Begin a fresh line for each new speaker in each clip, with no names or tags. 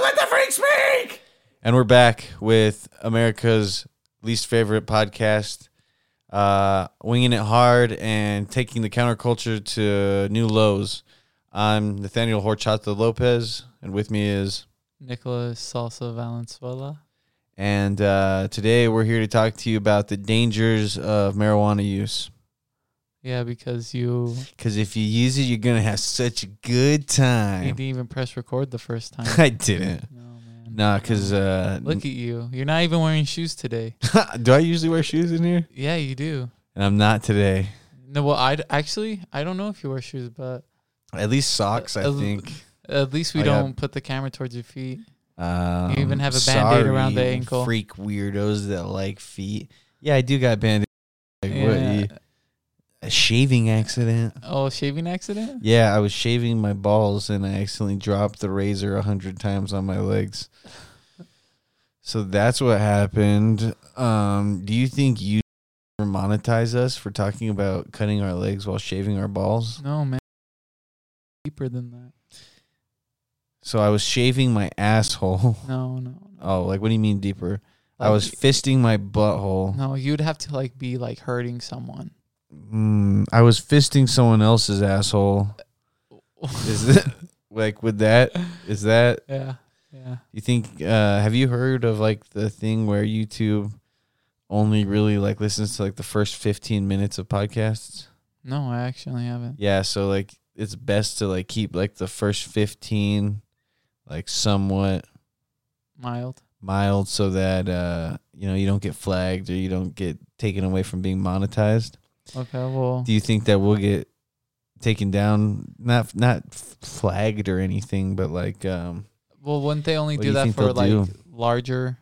Let the freak speak.
And we're back with America's least favorite podcast, uh, winging it hard and taking the counterculture to new lows. I'm Nathaniel Horchata Lopez, and with me is,
Nicholas Salsa Valenzuela.
and uh, today we're here to talk to you about the dangers of marijuana use.
Yeah, because you
Because if you use it, you're gonna have such a good
you
time.
didn't even press record the first time.
I didn't.
No man.
Nah, because uh,
Look at you. You're not even wearing shoes today.
do I usually wear shoes in here?
Yeah, you do.
And I'm not today.
No, well, I actually I don't know if you wear shoes, but
At least socks, I
Uh,
think.
at least we
I got-
don't put the camera towards your feet.
Um,
even have a Band-Aid around the
sorry,
ankle.
Freak weirdos that like feet. Yeah, I do got band-aid. Like what?
Yeah.
you- a shaving accident.
Oh, shaving accident?
Yeah, I was shaving my balls and I accidentally dropped the razor a hundred times on my legs. So that's what happened. Um, do you think you monetize us for talking about cutting our legs while shaving our balls?
No, man. Deeper than that.
So I was shaving my asshole.
No, no. no.
Oh, like what do you mean deeper? I
Like,
was fisting my butthole.
No, you'd have to like be like hurting someone.
Mm, I was fisting someone else's asshole. Is that like with that? Is that
yeah. Yeah.
you think? Uh, have you heard of like the thing where YouTube only really like listens to like the first fifteen minutes of podcasts?
No, I actually haven't.
Yeah, so like it's best to like keep like the first fifteen like somewhat
Mild.
mild so that uh you know you don't get flagged or you don't get taken away from being monetized.
Okay, well,
do you think that we'll get taken down not not f- flagged or anything but like um
well, wouldn't they only
What do
do
you
that
think
for
they'll
like
do?
larger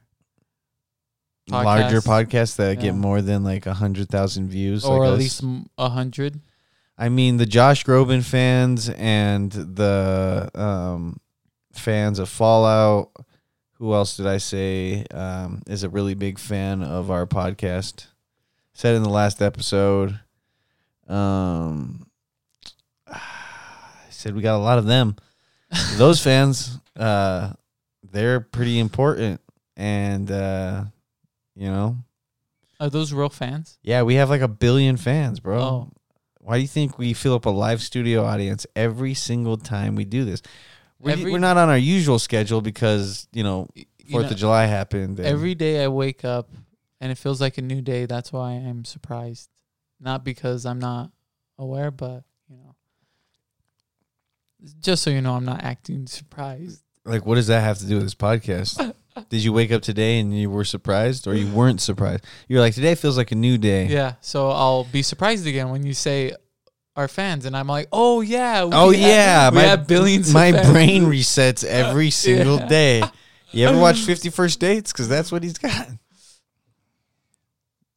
larger
Podcasts?
podcasts that
Yeah.
get more than like a hundred thousand views
or
like
at
us?
least m- a hundred?
i mean the josh groban fans and the um fans of fallout who else did i say um is a really big fan of our podcast said in the last episode um i said we got a lot of them those fans, uh, they're pretty important, and uh, you know,
Are those real fans?
yeah, we have like a billion fans, bro.
Oh.
Why do you think we fill up a live studio audience every single time we do this? We,
Every-
we're not on our usual schedule because you know
Y- you
Fourth
know,
of July happened. and-
every day I wake up and it feels like a new day. That's why I'm surprised. Not because I'm not aware, but you know, just so you know, I'm not acting surprised.
like, what does that have to do with this podcast? Did you wake up today and you were surprised, or you weren't surprised? You're like, today feels like a new day.
Yeah, so I'll be surprised again when you say our fans, and I'm like, oh yeah, we
Oh
have-
yeah,
we have billions. of
My
fans.
brain resets every single
Yeah.
day. You ever watch Fifty First Dates? Because that's what he's got.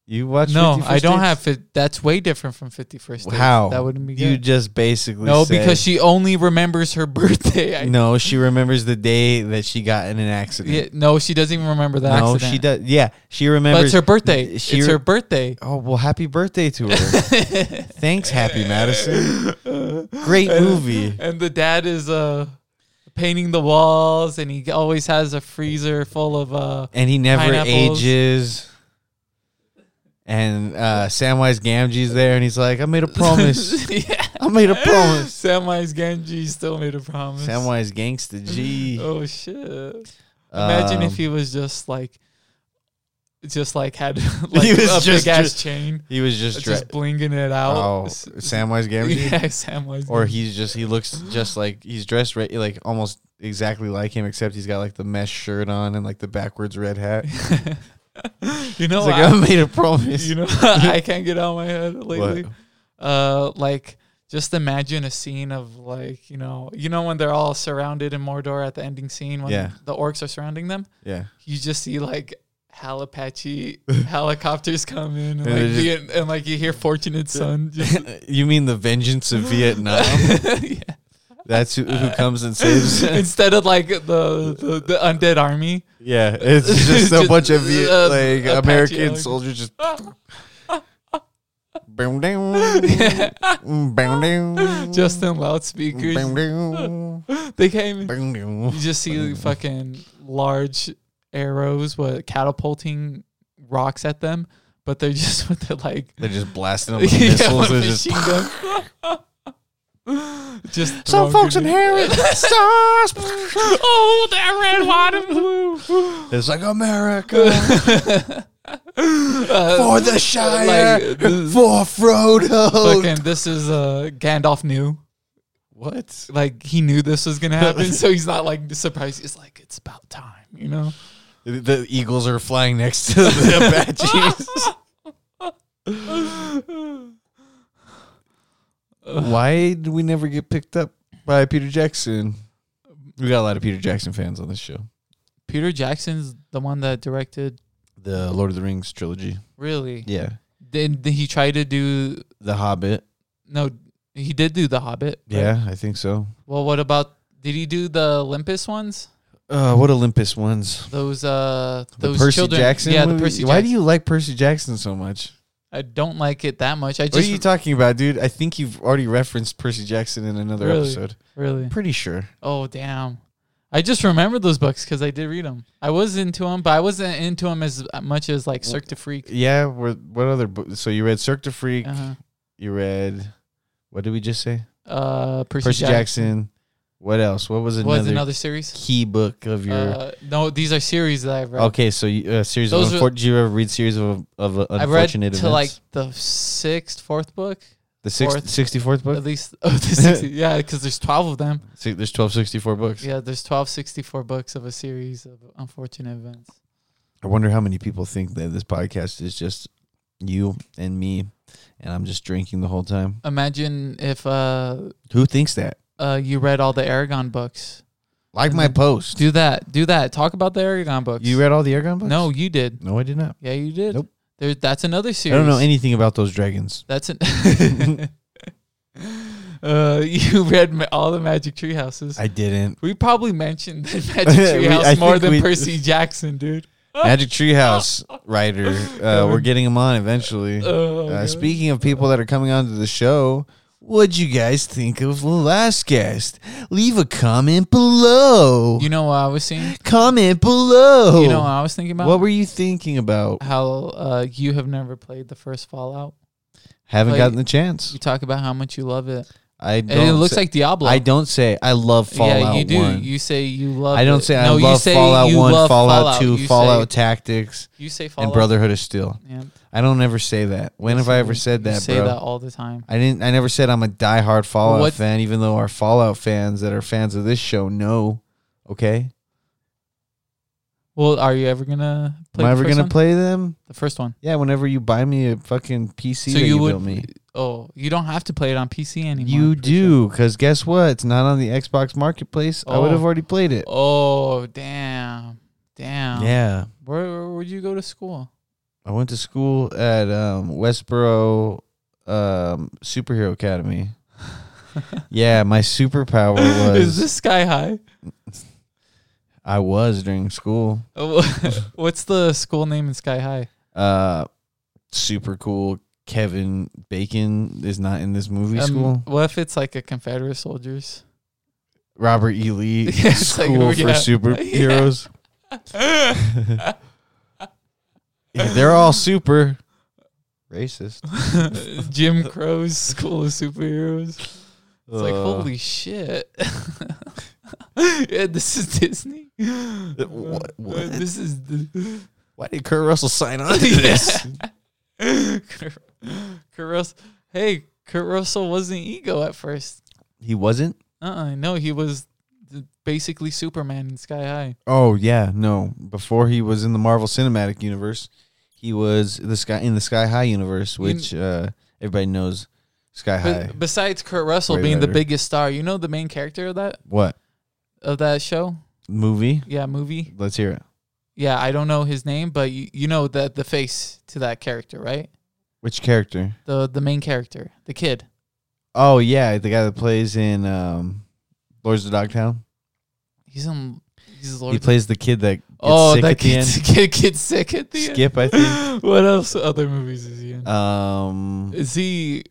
You watch?
No,
50
I
First
don't
Dates?
have. Fi- that's way different from Fifty First. Dates.
How
That wouldn't be good.
You just basically
no,
say-
because she only remembers her birthday. I,
no, she remembers the day that she got in an accident.
yeah, no, she doesn't even remember the
no,
accident.
she does. Yeah, she
But
remembers.
it's her birthday.
She
it's
re-
her birthday.
Oh well, happy birthday to her. Thanks, Happy Madison. Great movie.
And the dad is uh painting the walls, and he always has a freezer full of uh.
and he never
Pineapples.
ages. And uh, Samwise Gamgee's there, and he's like, "I made a promise.
yeah.
I made a promise."
Samwise Gamgee still made a promise.
Samwise Gangsta G.
Oh shit. Imagine
Um,
if he was just like, just like had like
was
a
just
big ass
dri-
chain,
he was just, dre-
just blinging it out.
oh
S-
Samwise Gamgee,
yeah, Samwise.
or he's just he looks just like he's dressed re- like almost exactly like him, except he's got like the mesh shirt on and like the backwards red hat. He's
you know,
like,
I,
"I made a promise."
you know, I can't get out of my head lately.
What?
Uh, like just imagine a scene of like you know, you know when they're all surrounded in Mordor at the ending scene when
Yeah.
the orcs are surrounding them.
Yeah,
You just see like. Hal Apache helicopters come in
And
and
they
like,
just-
Viet- and like you hear Fortunate Son just
you mean the vengeance of Vietnam?
Yeah.
That's who, who comes and saves.
Instead of like the, the, the undead army,
Yeah, it's just a
Just,
bunch of Viet,
uh,
like
Apache
American
Alex.
soldiers just Boom down. Boom down.
Just in
Boom
loudspeakers.
down.
They came. You
Boom down.
just see the fucking large arrows, what catapulting rocks at them, but they're just with the like
They're just blasting them with
yeah,
missiles.
with
They're
a
just,
machine gun. just
Some
throwing
folks in
grenades.
here is stars.
Oh, that red, white, and blue.
It's like America
Uh,
for the Shire,
like, this-
for Frodo.
Fucking, this is uh, Gandalf knew.
What?
Like he knew this was gonna happen, so he's not like surprised. He's like, it's about time, you know.
The eagles are flying next to the Apaches. Why do we never get picked up by Peter Jackson? We got a lot of Peter Jackson fans on this show.
Peter Jackson's the one that directed.
The Lord of the Rings trilogy.
Really?
Yeah.
Then then he tried to do
The Hobbit.
no. He did do The Hobbit. right?
Yeah, I think so.
Well, what about? Did he do the Olympus ones?
Uh, what Olympus ones?
Those uh,
The
those
Percy
children.
Jackson.
Yeah,
movie?
the Percy.
Why
Jackson.
do you like Percy Jackson so much?
I don't like it that much. I
What are
just
you talking about, dude? I think you've already referenced Percy Jackson in another
Really?
episode.
really.
Pretty sure.
Oh damn. I just remembered those books because I did read them. I was into them, but I wasn't into them as uh, much as like Cirque du Freak.
Yeah. What, what other? Bo- so you read Cirque du Freak.
Uh-huh.
You read. What did we just say?
Uh, Percy,
Percy,
Jackson.
Jackson. What else? What was another,
was another series.
key book of your?
Uh, no, these are series that I've read.
okay, so you, uh, series
Those
of
were-
unfor- did you ever read series of of uh,
I've read to
unfortunate events?
like the sixth, fourth book,
the sixth,
fourth.
64th book.
at least. Oh, the 60, yeah, because there's twelve of them.
See, there's 1264 books.
Yeah, there's twelve sixty-four books of a series of unfortunate events.
I wonder how many people think that this podcast is just you and me, and I'm just drinking the whole time.
Imagine if uh,
Who thinks that?
uh, you read all the Aragon books.
Like my post.
Do that. Do that. Talk about the Aragon books.
you read all the Aragon books?
No, you did.
no, I did not.
Yeah, you did.
Nope.
There, that's another
I
series.
don't know anything about those dragons.
That's an. uh, you read ma- all the Magic Tree Houses.
I didn't.
we probably mentioned the Magic Tree
We-
House
I
more
think
than
we-
Percy Jackson, dude.
Magic Treehouse writer. Uh, we're getting him on eventually.
Oh,
Uh,
God.
speaking of people that are coming onto the show, what'd you guys think of the last guest? Leave a comment below.
You know what I was seeing?
comment below.
You know what I was thinking about?
Oh. what were you thinking about?
how uh, you have never played the first Fallout.
Haven't
Like-
gotten the chance.
You talk about how much you love it.
I
And
don't
it looks
say,
like Diablo.
I don't say I love Fallout
yeah, you do.
1.
You say you love
I don't
it.
say I
No, you
love
say
Fallout
you
1,
love
Fallout, 2,
You
Fallout
Say,
Tactics,
you say Fallout.
and Brotherhood of Steel.
Yeah.
I don't ever say that. When have I ever said
You
that,
say
bro?
that all the time.
I didn't I never said I'm a diehard Fallout
What-
fan even though our Fallout fans that are fans of this show know, okay?
Well, are you ever gonna play?
Am I
the
ever
first
going to
one?
play them?
the first one?
Yeah, whenever you buy me a fucking PC that
So you
you,
would-
built me.
Oh, you don't have to play it on PC anymore.
You
I'm pretty sure.
do, because guess what? It's not on the Xbox Marketplace. I would have
Oh.
already played it.
Oh damn, damn.
Yeah.
Where, where would you go to school?
I went to school at um, Westboro um, Superhero Academy. yeah, my superpower
Is
was
this sky high?
I was during school.
Oh, What's the school name in Sky High?
Uh, super cool. Kevin Bacon is not in this movie
Um,
school.
What if it's like a Confederate soldiers?
Robert E. Lee
Yeah, it's like,
School
oh,
for
yeah.
Superheroes. Yeah, they're all super racist.
Jim Crow's School of Superheroes. It's like
Uh,
holy shit. yeah, this is Disney.
Uh, wha- what?
This is the
Why did Kurt Russell sign on to
Yeah.
this?
Kurt, Kurt Russell. Hey, Kurt Russell wasn't ego at first.
He wasn't.
Uh, uh no, he was th- basically Superman in Sky High.
Oh yeah, no. Before he was in the Marvel Cinematic Universe, he was the sky in the Sky High universe, which uh, everybody knows. Sky High.
But besides Kurt Russell
Way
being the
better.
biggest star, you know the main character of that
What
of that show?
movie?
Yeah, movie.
Let's hear it.
Yeah, I don't know his name, but you, you know the the face to that character, right?
Which character?
The the main character, the kid.
Oh yeah, the guy that plays in um, Lords of Dogtown.
He's in Jesus
He
Lord.
plays the kid that gets
oh,
sick
that
at the end.
gets, kid gets sick at the
Skip, I
end.
think.
what else? Other movies is he in?
Um,
is he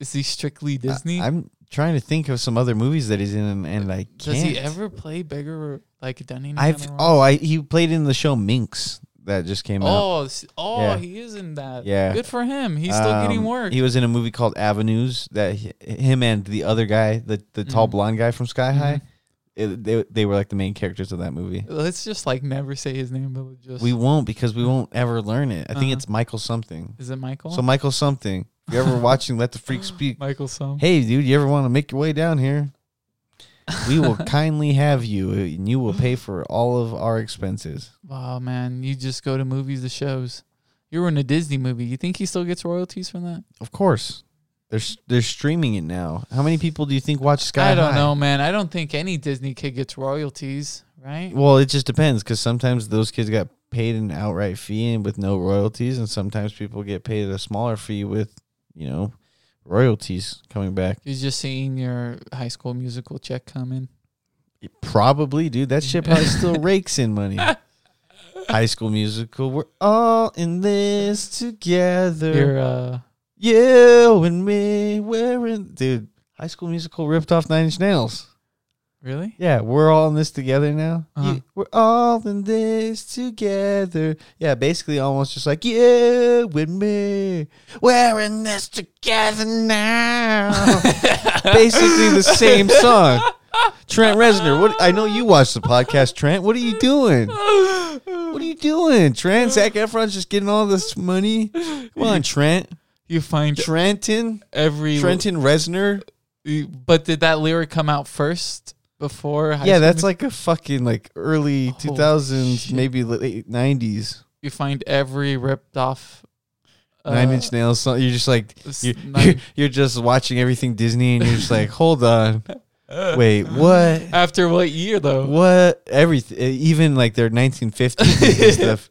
is he strictly Disney?
I, am trying to think of some other movies that he's in, and, and I can't.
Does he ever play beggar like Dunning?
I've oh, I he played in the show Minx that just came out.
oh s- oh
Yeah.
he is in that.
Yeah.
good for him. He's still getting
Um,
work.
He was in a movie called Avenues that h- him and the other guy, the the tall
Mhm.
blonde guy from Sky High,
Mhm.
it, they they were like the main characters of that movie.
Let's just like never say his name, but we'll just
We won't because we won't ever learn it. I think
Uh-huh.
it's Michael something.
is it Michael?
So Michael something. If you're ever watching Let the Freak Speak,
Michael some.
hey dude, you ever want to make your way down here? We will kindly have you, and you will pay for all of our expenses.
Wow, man, you just go to movies, the shows. You were in a Disney movie. You think he still gets royalties from that?
Of course, they're s- they're streaming it now. How many people do you think watch Sky?
I don't
High?
know, man. I don't think any Disney kid gets royalties, right?
Well, it just depends because sometimes those kids got paid an outright fee and with no royalties, and sometimes people get paid a smaller fee with, you know, royalties coming back.
You're just seeing your high school musical check come in.
Probably, dude. That shit probably still rakes in money. High School Musical. We're all in this together.
Your uh,
You and me. We're in, dude. High School Musical ripped off Nine Inch Nails.
really?
Yeah, we're all in this together now.
Uh-huh.
You- we're all in this together. Yeah, basically almost just like you with me. We're in this together now. basically the same song. Trent Reznor, what I know you watch the podcast, Trent. What are you doing? What are you doing, Trent? Zach Efron's just getting all this money. Come on, Trent.
You find
Trenton.
every
Trenton Reznor.
But did that lyric come out first before? High
Yeah,
School
that's
Musical?
like a fucking like early
Holy
two thousands,
shit.
maybe late nineties.
you find every ripped off. uh,
Nine Inch Nails song. You're just like
s-
you're, you're,
nine-
you're just watching everything Disney, and you're just like, hold on, wait, what?
After what year though?
What? Everything, even like their 1950s and stuff.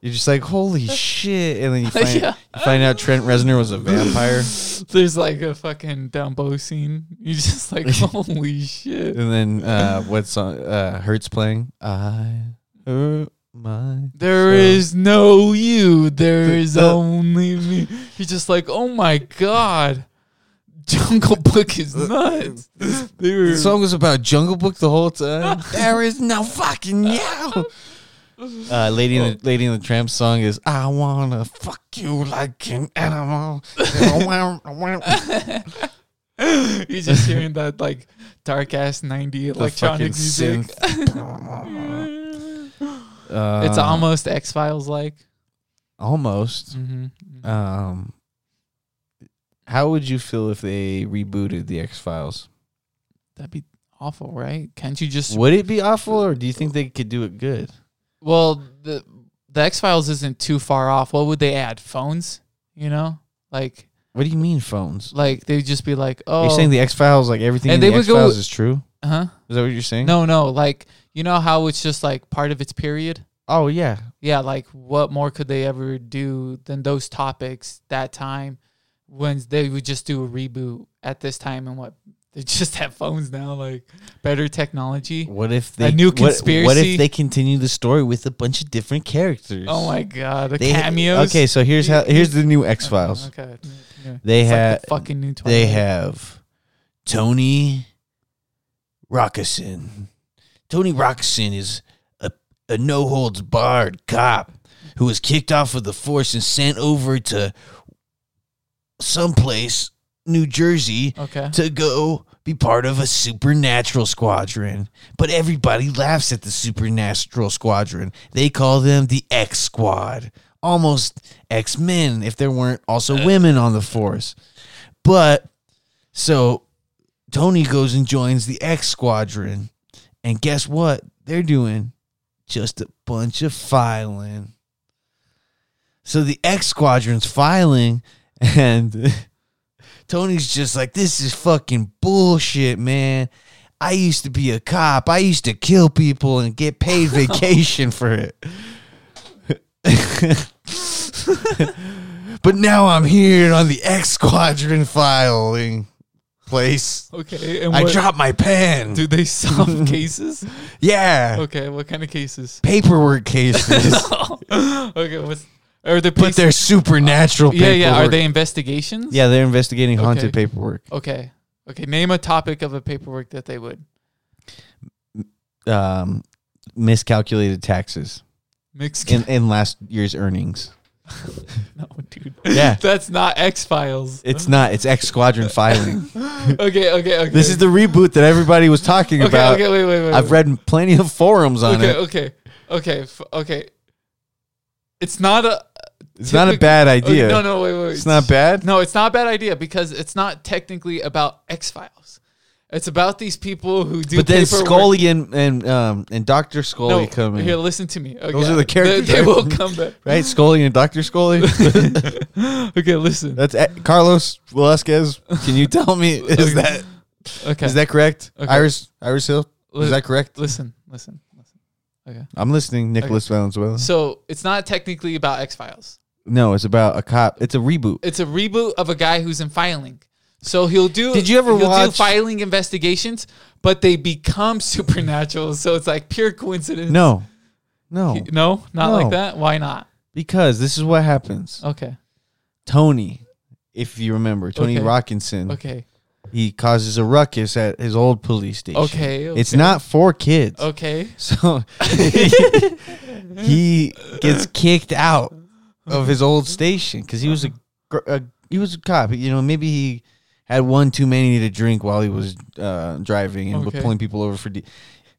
You're just like, holy shit! And then you find
Yeah.
you find out Trent Reznor was a vampire,
There's like a fucking Dumbo scene. You're just like, holy shit.
and then uh, what song? Uh, Hurts playing. I hurt my.
There
So-
is no you. There
The-
is
the-
only me. You're just like, oh my god, Jungle Book is nuts. They were
The song was about Jungle Book the whole time. there is no fucking you. Uh, Lady
Oh.
in the Lady in the Tramp song is I wanna fuck you like an animal.
You're just hearing that like dark ass ninety
The fucking
electronic music.
synth. Uh,
it's almost X Files like.
almost.
Mm-hmm.
Um, how would you feel if they rebooted the X Files?
That'd be awful, right? Can't you just
Would it be awful, or do you think they could do it good?
well the the X Files isn't too far off. What would they add? Phones, you know, like
What do you mean phones?
like they'd just be like, oh, uh-huh."
You're saying the X Files, like everything
And
in
they
the
would
X
go-
Files, is true?
huh?
Is that what you're saying?
No, no, like you know how it's just like part of its period.
Oh yeah.
Yeah, like what more could they ever do than those topics that time when they would just do a reboot at this time and what they just have phones now, like better technology.
What if they
new
what- What,
conspiracy?
if they continue the story with a bunch of different characters?
Oh my god, the
They-
cameos.
Okay, so here's how here's the new X Files.
Okay. Yeah.
They
It's like
had-
the fucking new Twilight.
They have Tony Rockerson. Tony Rockerson is a, a no holds barred cop who was kicked off of the force and sent over to someplace, New Jersey,
Okay.
to go be part of a supernatural squadron. But everybody laughs at the supernatural squadron. They call them the X Squad, almost X Men if there weren't also women on the force. But so Tony goes and joins the X Squadron. And guess what? They're doing just a bunch of filing. So the X Squadron's filing, and Tony's just like, this is fucking bullshit, man. I used to be a cop. I used to kill people and get paid vacation for it. but now I'm here on the X Squadron filing place.
Okay, and
I
what,
dropped my pen.
do they solve cases?
Yeah.
Okay, what kind of cases?
Paperwork cases.
okay, what's are the
but
police?
they're supernatural
yeah,
paperwork.
yeah. Are they investigations?
Yeah, they're investigating haunted
Okay.
paperwork.
Okay. Okay. Name a topic of a paperwork that they would
Um miscalculated taxes
mix.
in, in last year's earnings.
no, dude.
Yeah.
That's not X Files.
It's not. It's X Squadron filing.
okay. Okay. Okay.
This is the reboot that everybody was talking
okay.
about.
Okay. Wait. Wait. Wait.
I've
wait.
read plenty of forums on
Okay.
it.
Okay. Okay. F- okay. It's not a.
It's not a
typic-
bad
okay,
idea.
no. No. Wait. Wait.
It's not bad.
No, it's not a bad idea because it's not technically about X Files. It's about these people who do.
But then
paperwork.
Scully and and um and Doctor Scully
No,
come in,
here, listen to me. Okay.
Those are the
They-
characters,
They,
right?
will come back.
right? Scully and Doctor Scully.
Okay, listen.
That's eh, Carlos Velasquez. Can you tell me is
Okay.
that is
Okay,
that correct?
Okay.
Iris Iris Hill. Is
Li-
that correct?
listen, listen, listen.
I'm listening, Nicholas Valenzuela.
So it's not technically about X Files.
No, it's about a cop. It's a reboot.
It's a reboot of a guy who's in filing. So he'll do.
Did you ever
he'll
watch-
do filing investigations? But they become supernatural. So it's like pure coincidence.
No, no,
He- no, not
No.
like that. Why not?
because this is what happens.
Okay,
Tony, if you remember, Tony
Okay.
Rockinson.
okay,
he causes a ruckus at his old police station.
Okay,
It's
okay.
not for kids.
okay.
So he gets kicked out of his old station because he was a, gr- a he was a cop. You know, maybe he had one too many to drink while he was uh, driving and was
Okay.
pulling people over for. D-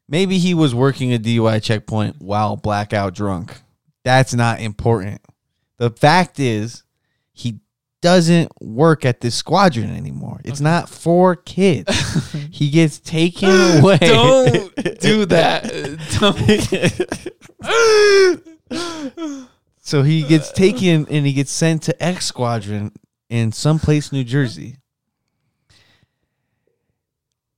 maybe he was working a DUI checkpoint while blackout drunk. That's not important. The fact is, he doesn't work at this squadron anymore. It's not for kids. he gets taken away.
Don't do that. Don't.
So he gets taken and he gets sent to X Squadron in someplace New Jersey.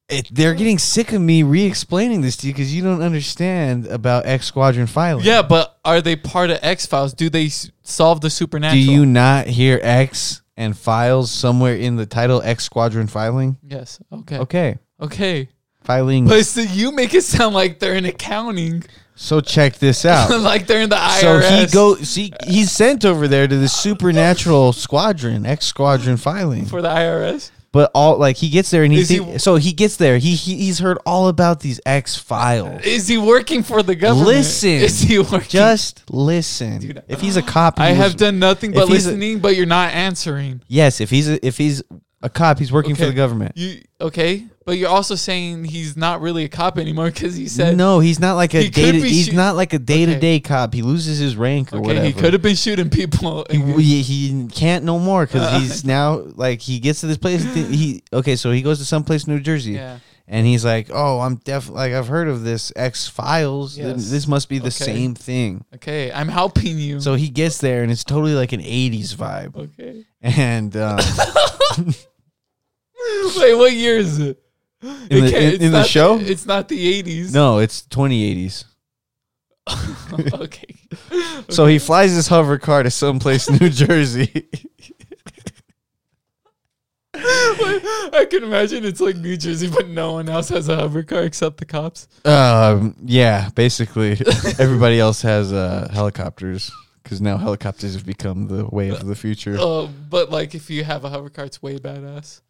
It, they're getting sick of me re-explaining this to you because you don't understand about X Squadron filing.
Yeah, but are they part of X Files? Do they s- solve the supernatural?
Do you not hear X and files somewhere in the title X Squadron filing?
Yes. Okay. Okay.
Okay, filing.
But so you make it sound like they're in accounting,
so check this out.
like they're in the
Oh. so he
IRS
go see he's sent over there to the supernatural squadron X Squadron filing.
for the IRS.
But all like he gets there and he,
Is he-
think, so he gets there. He, he he's heard all about these X files.
Is he working for the government?
Listen,
Is he working?
Just listen.
Dude,
if he's a cop, he
I
was-
have done nothing but
if he's a-
listening, but you're not answering.
Yes, if he's a, if he's a cop, he's working for
Okay.
the government.
You okay? But you're also saying he's not really a cop anymore because he said
No, he's not like a
He could
day. To,
be
he's
shoo-
not like a day to day cop. He loses his rank or
okay.
whatever.
He could have been shooting people.
He, he can't no more
Uh,
because he's now like he gets to this place. He okay, so he goes to someplace in New Jersey.
yeah.
and he's like, "Oh, I'm def like I've heard of this X Files.
Yes.
This must be the
Okay.
same thing."
Okay. I'm helping you.
So he gets there, and it's totally like an '80s vibe.
okay.
And um,
Wait, what year is it? It
in the,
can't-
in,
it's
in the
not-
show,
it's not the 80s.
no, it's 2080s.
okay.
So he flies his hover car to someplace in New Jersey.
I can imagine it's like New Jersey, but no one else has a hover car except the cops.
um, yeah, basically, everybody else has uh, helicopters because now helicopters have become the way of the future.
Uh, but like if you have a hover car, it's way badass.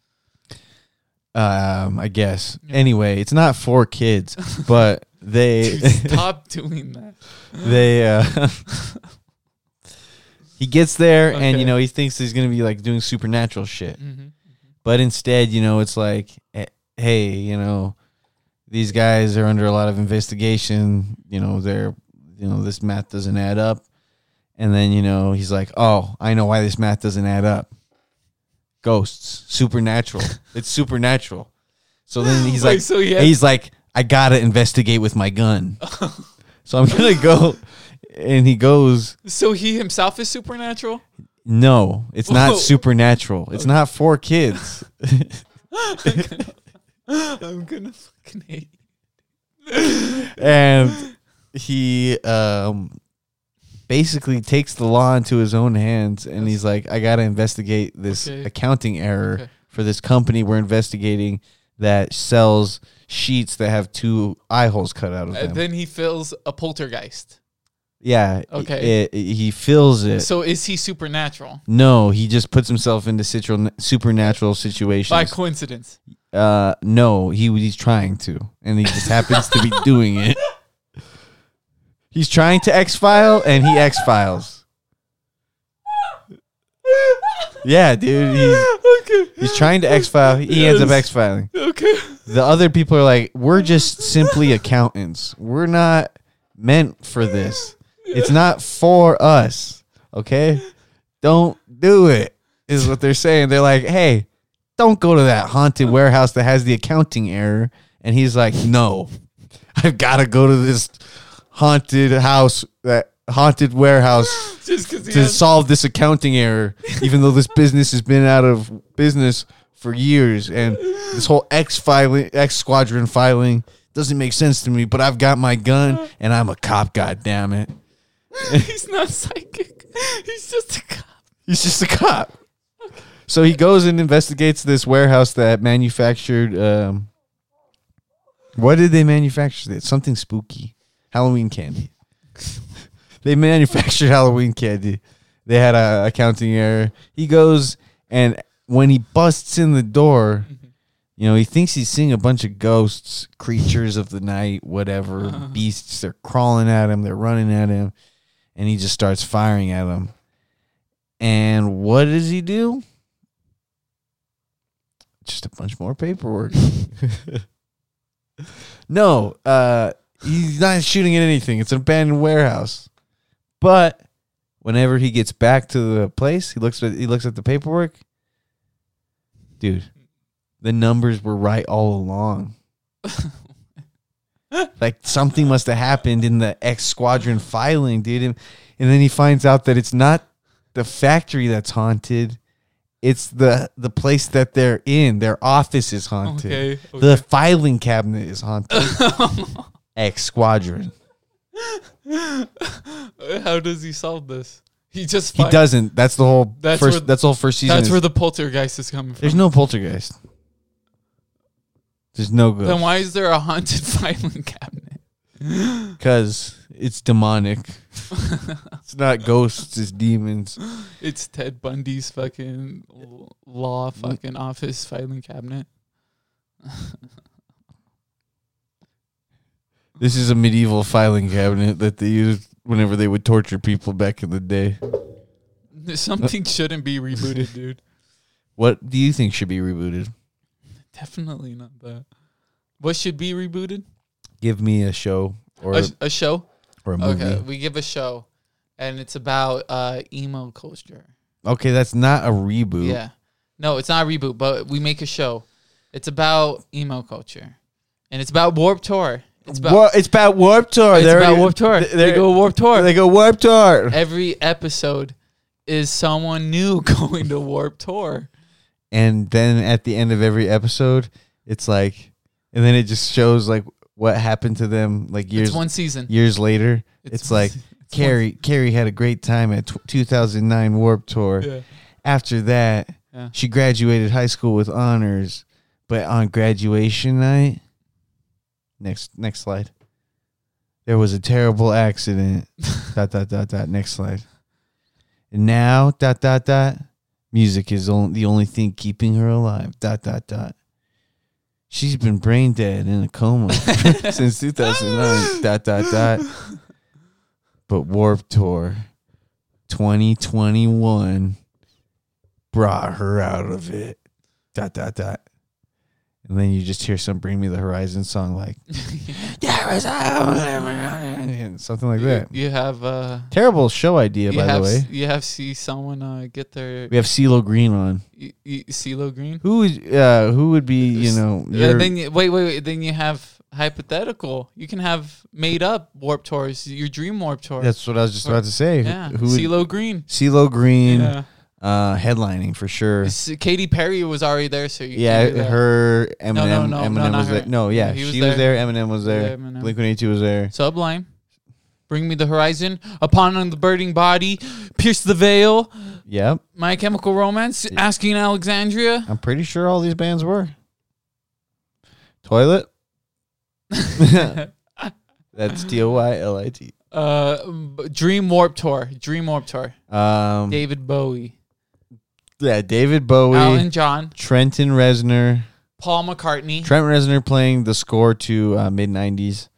Um, I guess. Anyway, it's not for kids, but they
Dude, stop doing that.
they uh he gets there and you
Okay.
know he thinks he's gonna be like doing supernatural shit
hmm
but instead you know it's like eh, hey you know these guys are under a lot of investigation you know they're you know this math doesn't add up and then you know he's like oh i know why this math doesn't add up ghosts supernatural it's supernatural so then he's
Wait,
like
so he
and
had-
he's like, I gotta investigate with my gun. so I'm gonna go. And he goes,
So he himself is supernatural?
No, it's not
Whoa.
supernatural. It's not for kids.
I'm gonna fucking hate you.
and he um, basically takes the law into his own hands and he's like, I gotta investigate this
Okay.
accounting error
Okay.
for this company we're investigating that sells sheets that have two eye holes cut out of
And
them.
then he feels a poltergeist.
yeah.
Okay.
it- it- he feels it.
So is he supernatural
no, he just puts himself into situ- supernatural situations.
by coincidence?
Uh, no, he he's trying to, and he just happens to be doing it. He's trying to X file, and he X files. Yeah, dude, he's
okay.
he's trying to X file. He ends up
Yes.
X filing.
Okay.
The other people are like, we're just simply accountants. We're not meant for this. It's not for us. Okay, don't do it. Is what they're saying. They're like, hey, don't go to that haunted warehouse that has the accounting error. And he's like, no, I've got to go to this haunted house, that haunted warehouse
Just because he
to
has,
solve this accounting error, even though this business has been out of business for years, and this whole X filing, X squadron filing doesn't make sense to me. But I've got my gun, and I'm a cop. God damn it!
he's not psychic. He's just a cop.
He's just a cop. So he goes and investigates this warehouse that manufactured. Um, what did they manufacture? It something spooky, Halloween candy. they manufactured Halloween candy. They had a accounting error. He goes and when he busts in the door, you know he thinks he's seeing a bunch of ghosts, creatures of the night, whatever beasts. They're crawling at him. They're running at him, and he just starts firing at them. And what does he do? Just a bunch more paperwork. no, uh, he's not shooting at anything. It's an abandoned warehouse. But whenever he gets back to the place, he looks at he looks at the paperwork. Dude, the numbers were right all along. like something must have happened in the X squadron filing, dude. And, and then he finds out that it's not the factory that's haunted. It's the the place that they're in. Their office is haunted.
Okay.
The filing cabinet is haunted. X Squadron.
Uh, How does he solve this? He just
He
fi-
doesn't. That's the whole
That's
first.
where-
that's the whole first season.
That's
is-
where the poltergeist is coming from.
There's no poltergeist. There's no
Then
ghost
why is there a haunted filing cabinet?
because it's demonic. it's not ghosts. It's demons.
It's Ted Bundy's fucking l- law fucking office filing cabinet.
This is a medieval filing cabinet that they used whenever they would torture people back in the day.
Something shouldn't be rebooted, dude.
What do you think should be rebooted?
Definitely not that. What should be rebooted?
Give me a show or
A, a show?
or a movie.
Okay,
Okay.
we give a show, and it's about uh, emo culture.
that's not a reboot.
Yeah. No, it's not a reboot, but we make a show. It's about emo culture. And it's about Warp Tour. It's about,
Wa- it's about Warp Tour.
it's
They're-
about Warp Tour.
they're-
They go Warp Tour.
They go Warp Tour.
Every episode is someone new going to Warp Tour.
and then at the end of every episode, it's like, and then it just shows like what happened to them like years
It's one season.
years later. It's,
one
like
se- it's one-
Carrie Carrie had a great time at tw 2009 Warp Tour.
Yeah.
After that,
Yeah.
she graduated high school with honors, but on graduation night, next next slide, there was a terrible accident. dot dot dot dot. Next slide. And now dot dot dot. Music is on, the only thing keeping her alive. Dot dot dot. She's been brain dead in a coma since 2009. dot dot dot. But Warp Tour 2021 brought her out of it. Dot dot dot. And then you just hear some "Bring Me the Horizon" song, like and something like that.
You have uh
Terrible show idea,
you
by the
have
way.
you have see someone uh, get their
We have CeeLo Green on.
you, you, CeeLo Green.
Who is uh, who would be you
S-
know
Yeah,
your,
then you, wait, wait, wait. Then you have hypothetical. You can have made up warp tours. Your dream warp tour.
that's what I was just about to say.
yeah.
Who would,
CeeLo Green.
CeeLo Green
Yeah.
uh, headlining for sure.
S- Katy Perry was already there, so you
Yeah,
Can't do that.
her Eminem
No, no, no, no,
Eminem
not
was
her.
there. No, yeah,
He was
she was
there.
there. Eminem was there.
Eminem.
Blink One Eighty Two was there.
Sublime. Bring Me the Horizon, Upon the Burning Body, Pierce the Veil,
Yep.
My Chemical Romance, Asking Alexandria.
I'm pretty sure all these bands were. Toilet. That's T O Y L I T.
Uh, b- Dream Warp Tour, Dream Warp Tour,
Um,
David Bowie,
yeah, David Bowie,
Alan John,
Trenton Reznor,
Paul McCartney,
Trent Reznor playing the score to uh, mid '90s.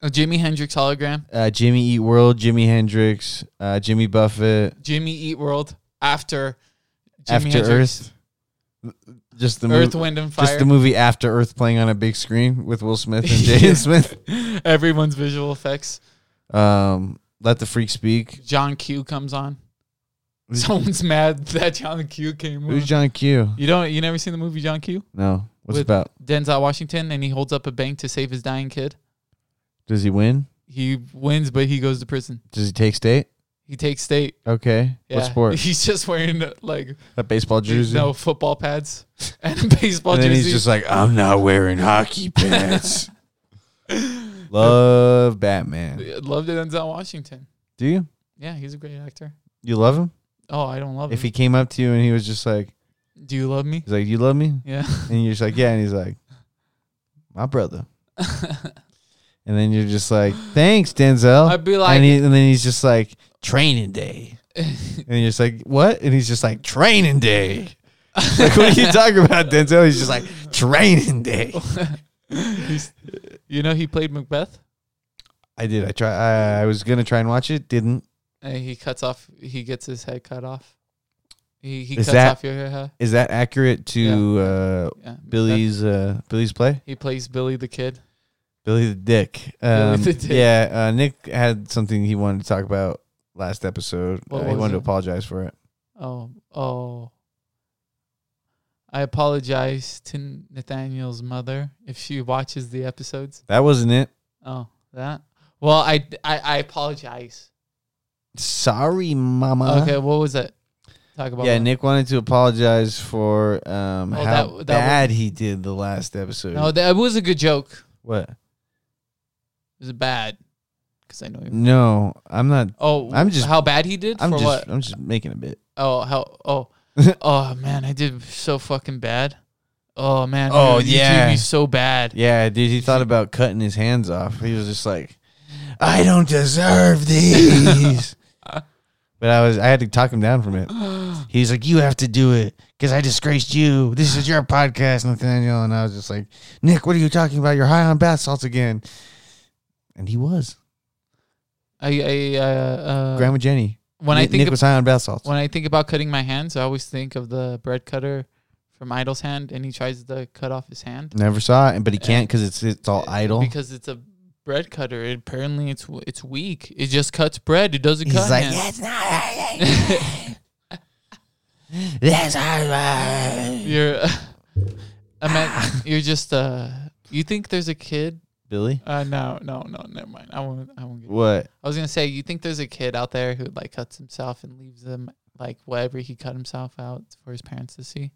uh, Jimi Hendrix hologram,
Uh, Jimmy Eat World, Jimi Hendrix, uh, Jimmy Buffett,
Jimmy Eat World, After, Jimi
After
Hendrix,
Earth. Just the
Earth,
movie,
Wind and Fire.
just the movie After Earth playing on a big screen with Will Smith and Jaden Smith.
Everyone's visual effects.
Um, Let the Freak Speak.
John Q comes on. Someone's mad that John Q came on.
Who's John Q?
You don't. You never seen the movie John Q?
No, what's it
With-
about?
Denzel Washington, and he holds up a bank to save his dying kid.
Does he win?
He wins, but he goes to prison.
Does he take state?
He takes state.
Okay.
Yeah.
What sport?
He's just wearing like
A baseball jersey.
no football pads and a baseball
and then
jersey.
he's just like, I'm not wearing hockey pants. love Batman.
Loved Denzel Washington.
Do you?
Yeah, he's a great actor.
You love him?
Oh, I don't love
If
him.
he came up to you and he was just like,
Do you love me?
he's like, you love me?
Yeah.
And you're just like, yeah. And he's like, my brother. And then you're just like, thanks, Denzel.
I'd be like,
and, he, and then he's just like, training day. and you're just like, what? And he's just like, training day. like, what are you talking about, Denzel? He's just like, training day.
He's- you know, he played Macbeth.
I did. I try. I, I was gonna try and watch it. Didn't.
And he cuts off. He gets his head cut off. He he
Is
cuts
that-
off your hair.
Is that accurate to uh,
Yeah,
Billy's uh, Billy's play?
He plays Billy the Kid.
Billy the Dick. Um,
the Dick.
Yeah. Uh, Nick had something he wanted to talk about last episode.
What
Uh, he
was
wanted to
it?
apologize for it.
Oh, oh. I apologize to Nathaniel's mother if she watches the episodes.
That wasn't it.
Oh, that. Well, I I, I apologize.
Sorry, Mama.
okay, what was it? Talk about
Uh-huh. Yeah,
that.
Nick wanted to apologize for um,
Oh,
how
that- that
bad he did the last episode.
No, that was a good joke. It
what?
was bad because I know you.
No, I'm not.
Oh,
I'm just-
how bad he did
I'm
for
just.
what?
I'm just making a bit.
Oh, how? Oh, oh man, I did so fucking bad. Oh man.
Oh,
dude, you
yeah.
did me so bad.
Yeah, dude, he thought about cutting his hands off. He was just like, I don't deserve these. but I was I had to talk him down from it. He's like, You have to do it because I disgraced you. This is your podcast, Nathaniel. And I was just like, Nick, what are you talking about? You're high on bath salts again. And he was.
I I uh, uh
Grandma Jenny.
when I
Nick,
think
Nick was high on bath salts.
When I think about cutting my hands, I always think of the bread cutter from Idol's hand, and he tries to cut off his hand
Never saw it, but he can't because it's it's all idle.
because it's a bread cutter. and apparently, it's it's weak. It just cuts bread. It doesn't
He's
cut.
like,
hands.
yeah, it's not. That's hard.
You're, I meant you're just uh. You think there's a kid?
Billy?
Uh, no, no, no. Never mind. I won't. I won't. Get,
What?
I was gonna say you think there's a kid out there who like cuts himself and leaves them like whatever he cut himself out for his parents to see.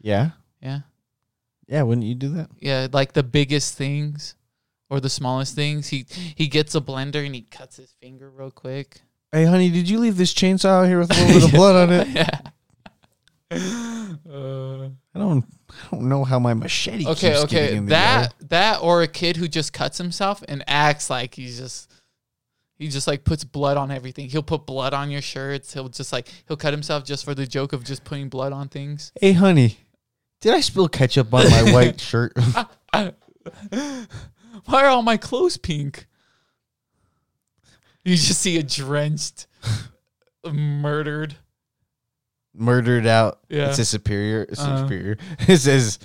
Yeah.
Yeah.
Yeah, wouldn't you do that?
yeah, like the biggest things or the smallest things. He he gets a blender and he cuts his finger real quick.
Hey, honey, did you leave this chainsaw out here with a little bit of blood on it?
yeah. Uh,
I don't, I don't know how my machete.
okay,
keeps
okay,
getting in the air.
that that or a kid who just cuts himself and acts like he's just he just like puts blood on everything. He'll put blood on your shirts. He'll just like he'll cut himself just for the joke of just putting blood on things.
Hey, honey, did I spill ketchup on my white shirt?
Why are all my clothes pink? You just see a drenched, murdered.
Murdered out.
Yeah.
It says superior. It says
Uh-huh.
superior. It says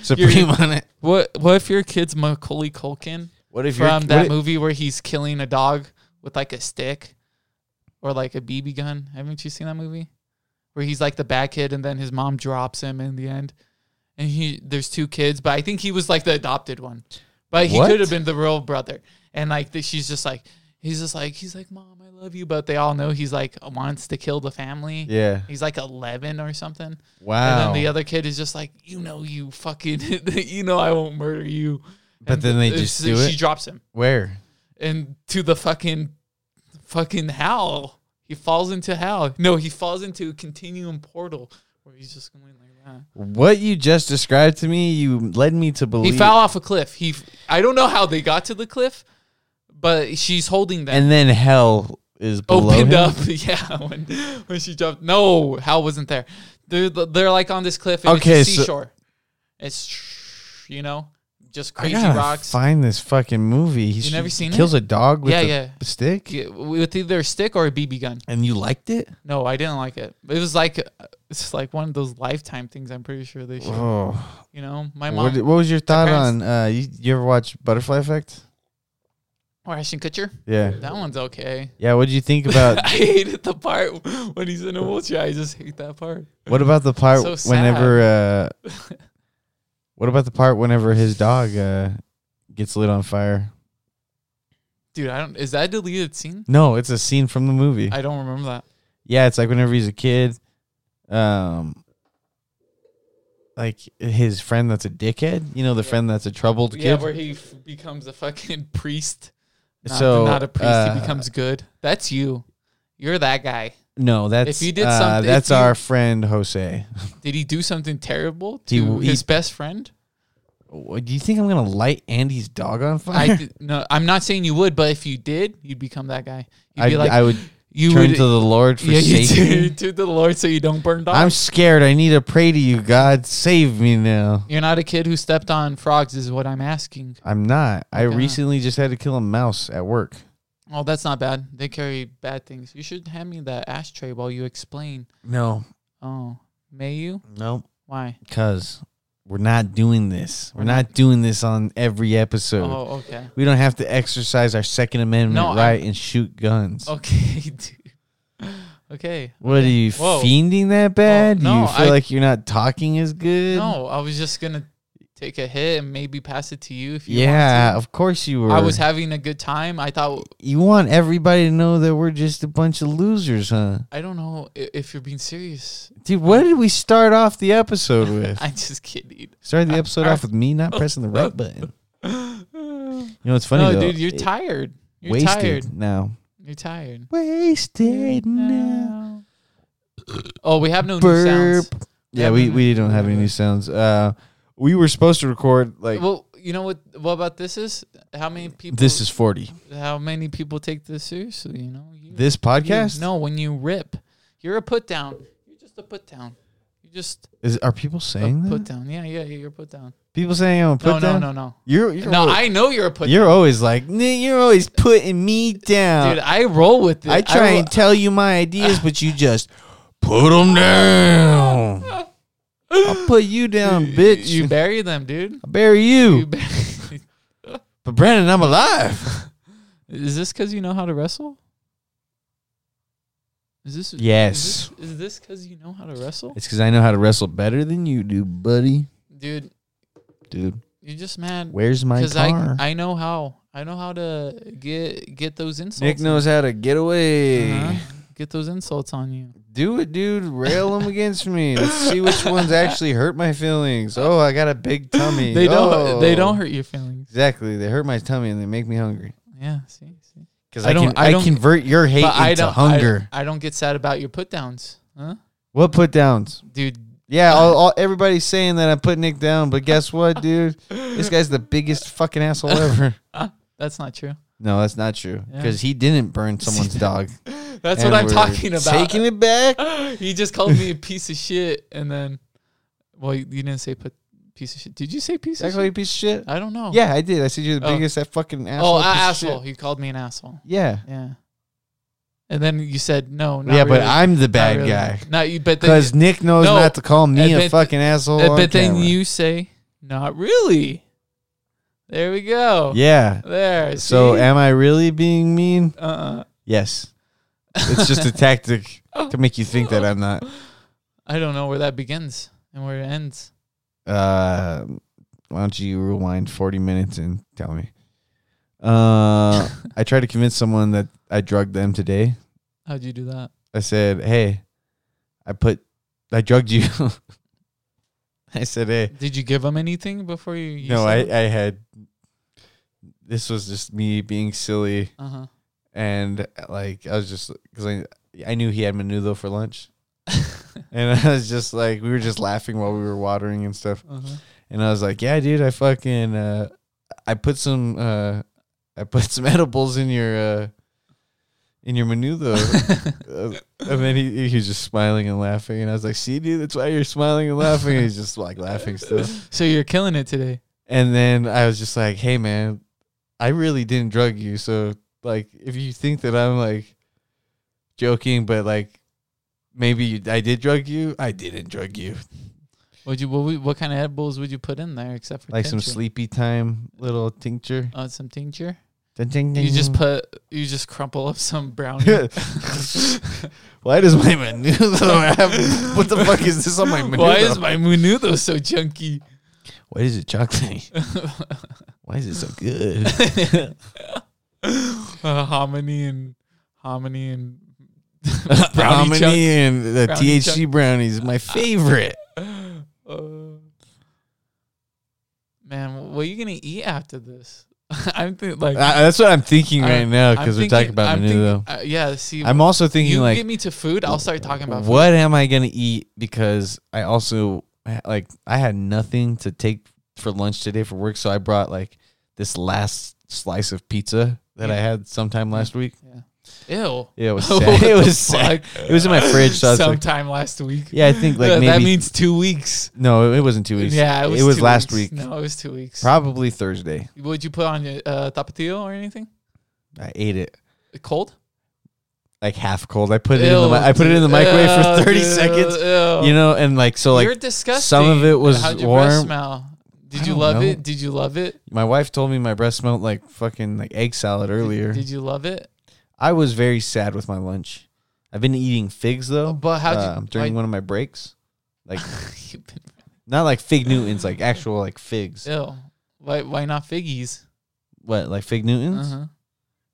supreme on it.
What what if your kid's Macaulay Culkin
What if
from
you're
that
what if,
movie where he's killing a dog with like a stick or like a BB gun? Haven't you seen that movie? Where he's like the bad kid and then his mom drops him in the end. And he there's two kids, but I think he was like the adopted one. But he
What?
could have been the real brother. And like the, she's just like he's just like he's like mom, I love you, but they all know he's like wants to kill the family.
Yeah.
He's like 11 or something. And
Wow.
then the other kid is just like, you know, you fucking, you know, I won't murder you.
But
And
then they
it's-
just do
She
it?
drops him.
Where?
It- and to the fucking fucking hell. He falls into hell. No, he falls into a continuum portal where he's just going like that.
What you just described to me, you led me to believe.
He fell off a cliff. He I don't know how they got to the cliff, but she's holding them.
and then hell is below
opened
him?
Oh, up. Yeah, when when she jumped. No, Hal wasn't there. They're they're like on this cliff. And
Okay,
it's a
so-
seashore. It's you know just
I
crazy
gotta
rocks.
Find this fucking movie. He's
You never seen
kills a dog with
Yeah,
a
yeah.
stick,
Yeah, with either a stick or a BB gun.
and you liked it.
No, I didn't like it. It was like it's like one of those lifetime things. I'm pretty sure they should.
Oh,
You know, my
what,
mom,
what was your thought on?
parents-
Uh, you, you ever watch Butterfly Effect?
or "Oh, Ashton Kutcher.
Yeah,
That one's okay.
yeah. What did you think about?
I hated the part when he's in a wheelchair. I just hate that part.
what about the part
So sad.
whenever? Uh, what about the part whenever his dog uh, gets lit on fire?
Dude, I don't. Is that a deleted scene?
No, it's a scene from the movie.
I don't remember that.
yeah, it's like whenever he's a kid, um, like his friend that's a dickhead. You know, the
Yeah.
friend that's a troubled
Yeah,
kid.
where he f- becomes a fucking priest. Not,
so
not a priest,
uh,
he becomes good. That's you. You're that guy.
No, that's
you did
uh,
something- if
that's
you-
our friend Jose.
Did he do something terrible
He-
to
he-
his best friend?
What, do you think I'm gonna light Andy's dog on fire?
I did, no. I'm not saying you would, but if you did, you'd become that guy. You'd
I,
be like,
I would
you
turn
would.
to the Lord for
yeah, you
safety.
do, to the Lord, so you don't burn dogs.
I'm scared. I need to pray to you, God, save me now.
You're not a kid who stepped on frogs, is what I'm asking.
I'm not. I
Okay.
recently just had to kill a mouse at work.
Oh, that's not bad. They carry bad things. You should hand me that ashtray while you explain.
No,
Oh, may you?
no,
Why?
because we're not doing this. We're not doing this on every episode.
Oh, okay.
We don't have to exercise our Second Amendment
No, I'm-
right and shoot guns.
Okay, dude. Okay.
What are you
Whoa.
fiending that bad?
Well,
you
no,
feel
I-
like you're not talking as good?
No, I was just gonna take a hit and maybe pass it to you if you
Yeah, of course you were.
wanted to. I was having a good time. I thought
you want everybody to know that we're just a bunch of losers, huh?
I don't know i- if you're being serious.
Dude, what did we start off the episode with?
I'm just kidding.
Started the episode off with me not pressing the right button.
no,
You know what's funny though?
dude, you're
It-
tired. You're
wasted
tired.
now.
You're tired.
Wasted now.
Oh, we have no new sounds.
Burp. Yeah,
Yeah,
we,
but-
we don't have any new sounds. Uh, we were supposed to record like
Well, you know what? What about this is? How many people?
this is forty.
how many people take this seriously? You know, you,
This podcast
You, no, when you rip, you're a put down. You're just a put down. You're just
is are people saying
a
that?
put down. Yeah, yeah, yeah. You're a put down.
people saying I'm a put
no,
down?
no, no,
You're, you're
no, no. I know you're a put
You're always like, "Nah, you're always putting me down.
down, dude. I roll with it.
I try
roll-
and tell you my ideas, but you just put them down. I'll put you down, bitch.
You bury them, dude.
I'll bury
You
you.
bury,
But Brandon, I'm alive.
is this because you know how to wrestle? Is this
Yes.
Is this because you know how to wrestle,
It's because I know how to wrestle better than you do, buddy.
dude?
Dude,
You're just mad
where's my
because I
car?
I know how I know how to get get those insults.
Nick knows how to get away.
Uh-huh. Get those insults on you.
Do it, dude. Rail them against me. Let's see which ones actually hurt my feelings. Oh, I got a big tummy.
They
Oh.
don't. They don't hurt your feelings.
Exactly. They hurt my tummy and they make me hungry.
Yeah. See. see.
Because
I
I,
don't-
can,
I
I,
don't-
convert your hate into
I don't.
hunger.
I, I don't get sad about your put downs, huh,
what put downs?
dude?
Yeah,
Uh,
all, all, everybody's saying that I put Nick down, but guess what, dude? this guy's the biggest fucking asshole ever.
That's not true.
No, that's not true.
Yeah.
Because he didn't burn someone's dog.
That's
And
what I'm
we're
talking about.
Taking it back.
you just called me a piece of shit, and then, well, you didn't say put piece of shit. Did you say piece
That's
of
you
shit?
piece of shit.
I don't know.
Yeah, I did. I said you're the
Oh.
biggest that fucking asshole.
Oh, a-
piece of
asshole.
shit.
You called me an asshole.
Yeah.
Yeah. And then you said no. Not
Yeah, but
really,
I'm the
not
bad
really.
guy.
Not you. But then,
Because Nick knows
No.
not to call me
Uh,
a
but-
fucking asshole.
Uh,
on
but then
camera.
you say, not really. There we go.
Yeah.
There.
So
see?
am I really being mean?
uh-uh.
Yes. It's just a tactic to make you think that I'm not.
I don't know where that begins and where it ends.
Uh, why don't you rewind 40 minutes and tell me? Uh, I tried to convince someone that I drugged them today.
How'd you do that?
I said, hey, I put, I drugged you. I said, hey.
Did you give them anything before you? you
no, I,
said it?
I had this was just me being silly,
Uh huh.
and like I was just because I I knew he had menudo for lunch, and I was just like we were just laughing while we were watering and stuff,
Uh-huh.
and I was like, yeah, dude, I fucking uh, I put some uh, I put some edibles in your uh, in your menudo. Uh, and then he he was just smiling and laughing, and I was like, "See, dude, that's why you're smiling and laughing." And he's just like laughing still.
so you're killing it today.
And then I was just like, "Hey, man, I really didn't drug you, so like, if you think that I'm like joking, but like maybe you, I did drug you, I didn't drug you.
Would you? What, would- what kind of edibles would you put in there except for
Like some
tincture?
sleepy time little tincture.
Uh, some tincture.
Ding, ding, ding.
You just put. You just crumple up some brownie.
Why does my menu? have- what the fuck is this on my menu?
Why is my menudo so chunky?
Why is it chocolate? Why is it so good?
uh, hominy and hominy and
Brownie
brownie chunk.
and the
Brownie
THC brownies, my favorite.
Uh, man, what are you gonna eat after this? I'm think like
Uh, that's what I'm thinking
I-
right now
I'm
because we're
thinking-
talking about
I'm
menu though.
thinking- uh, yeah, see,
I'm also thinking
you
like,
get me to food, I'll start talking about food.
what am I gonna eat? Because I also like I had nothing to take for lunch today for work, so I brought like this last slice of pizza that I
Yeah.
had sometime last week.
Ew.
Yeah, it was
What
sad. it
the
was sad.
fuck?
It was in my fridge, so I was like-
sometime last week.
Yeah, I think like
that,
maybe
that means two weeks.
no, it wasn't two weeks.
Yeah, it was, two
last
weeks.
week,
No, it was two weeks.
probably Thursday.
Would you put on your uh, tapatio or anything?
I ate it.
cold?
like half cold. I put it in the mi- I put it in the
dude.
microwave for
Ew,
thirty
dude,
seconds.
ew.
You know, and like so,
You're
like
disgusting.
of it was
How'd your breath
warm.
smell?
I
Did you
don't
love
know.
it? Did you love it?
my wife told me my breath smelled like fucking like egg salad earlier.
Did, you love it?
I was very sad with my lunch. I've been eating figs though
But how'd you
um, during
why-
one of my breaks, like
You've been-
not like fig Newtons, like actual like figs.
ew. Why why not figgies?
What like fig Newtons?
Uh-huh.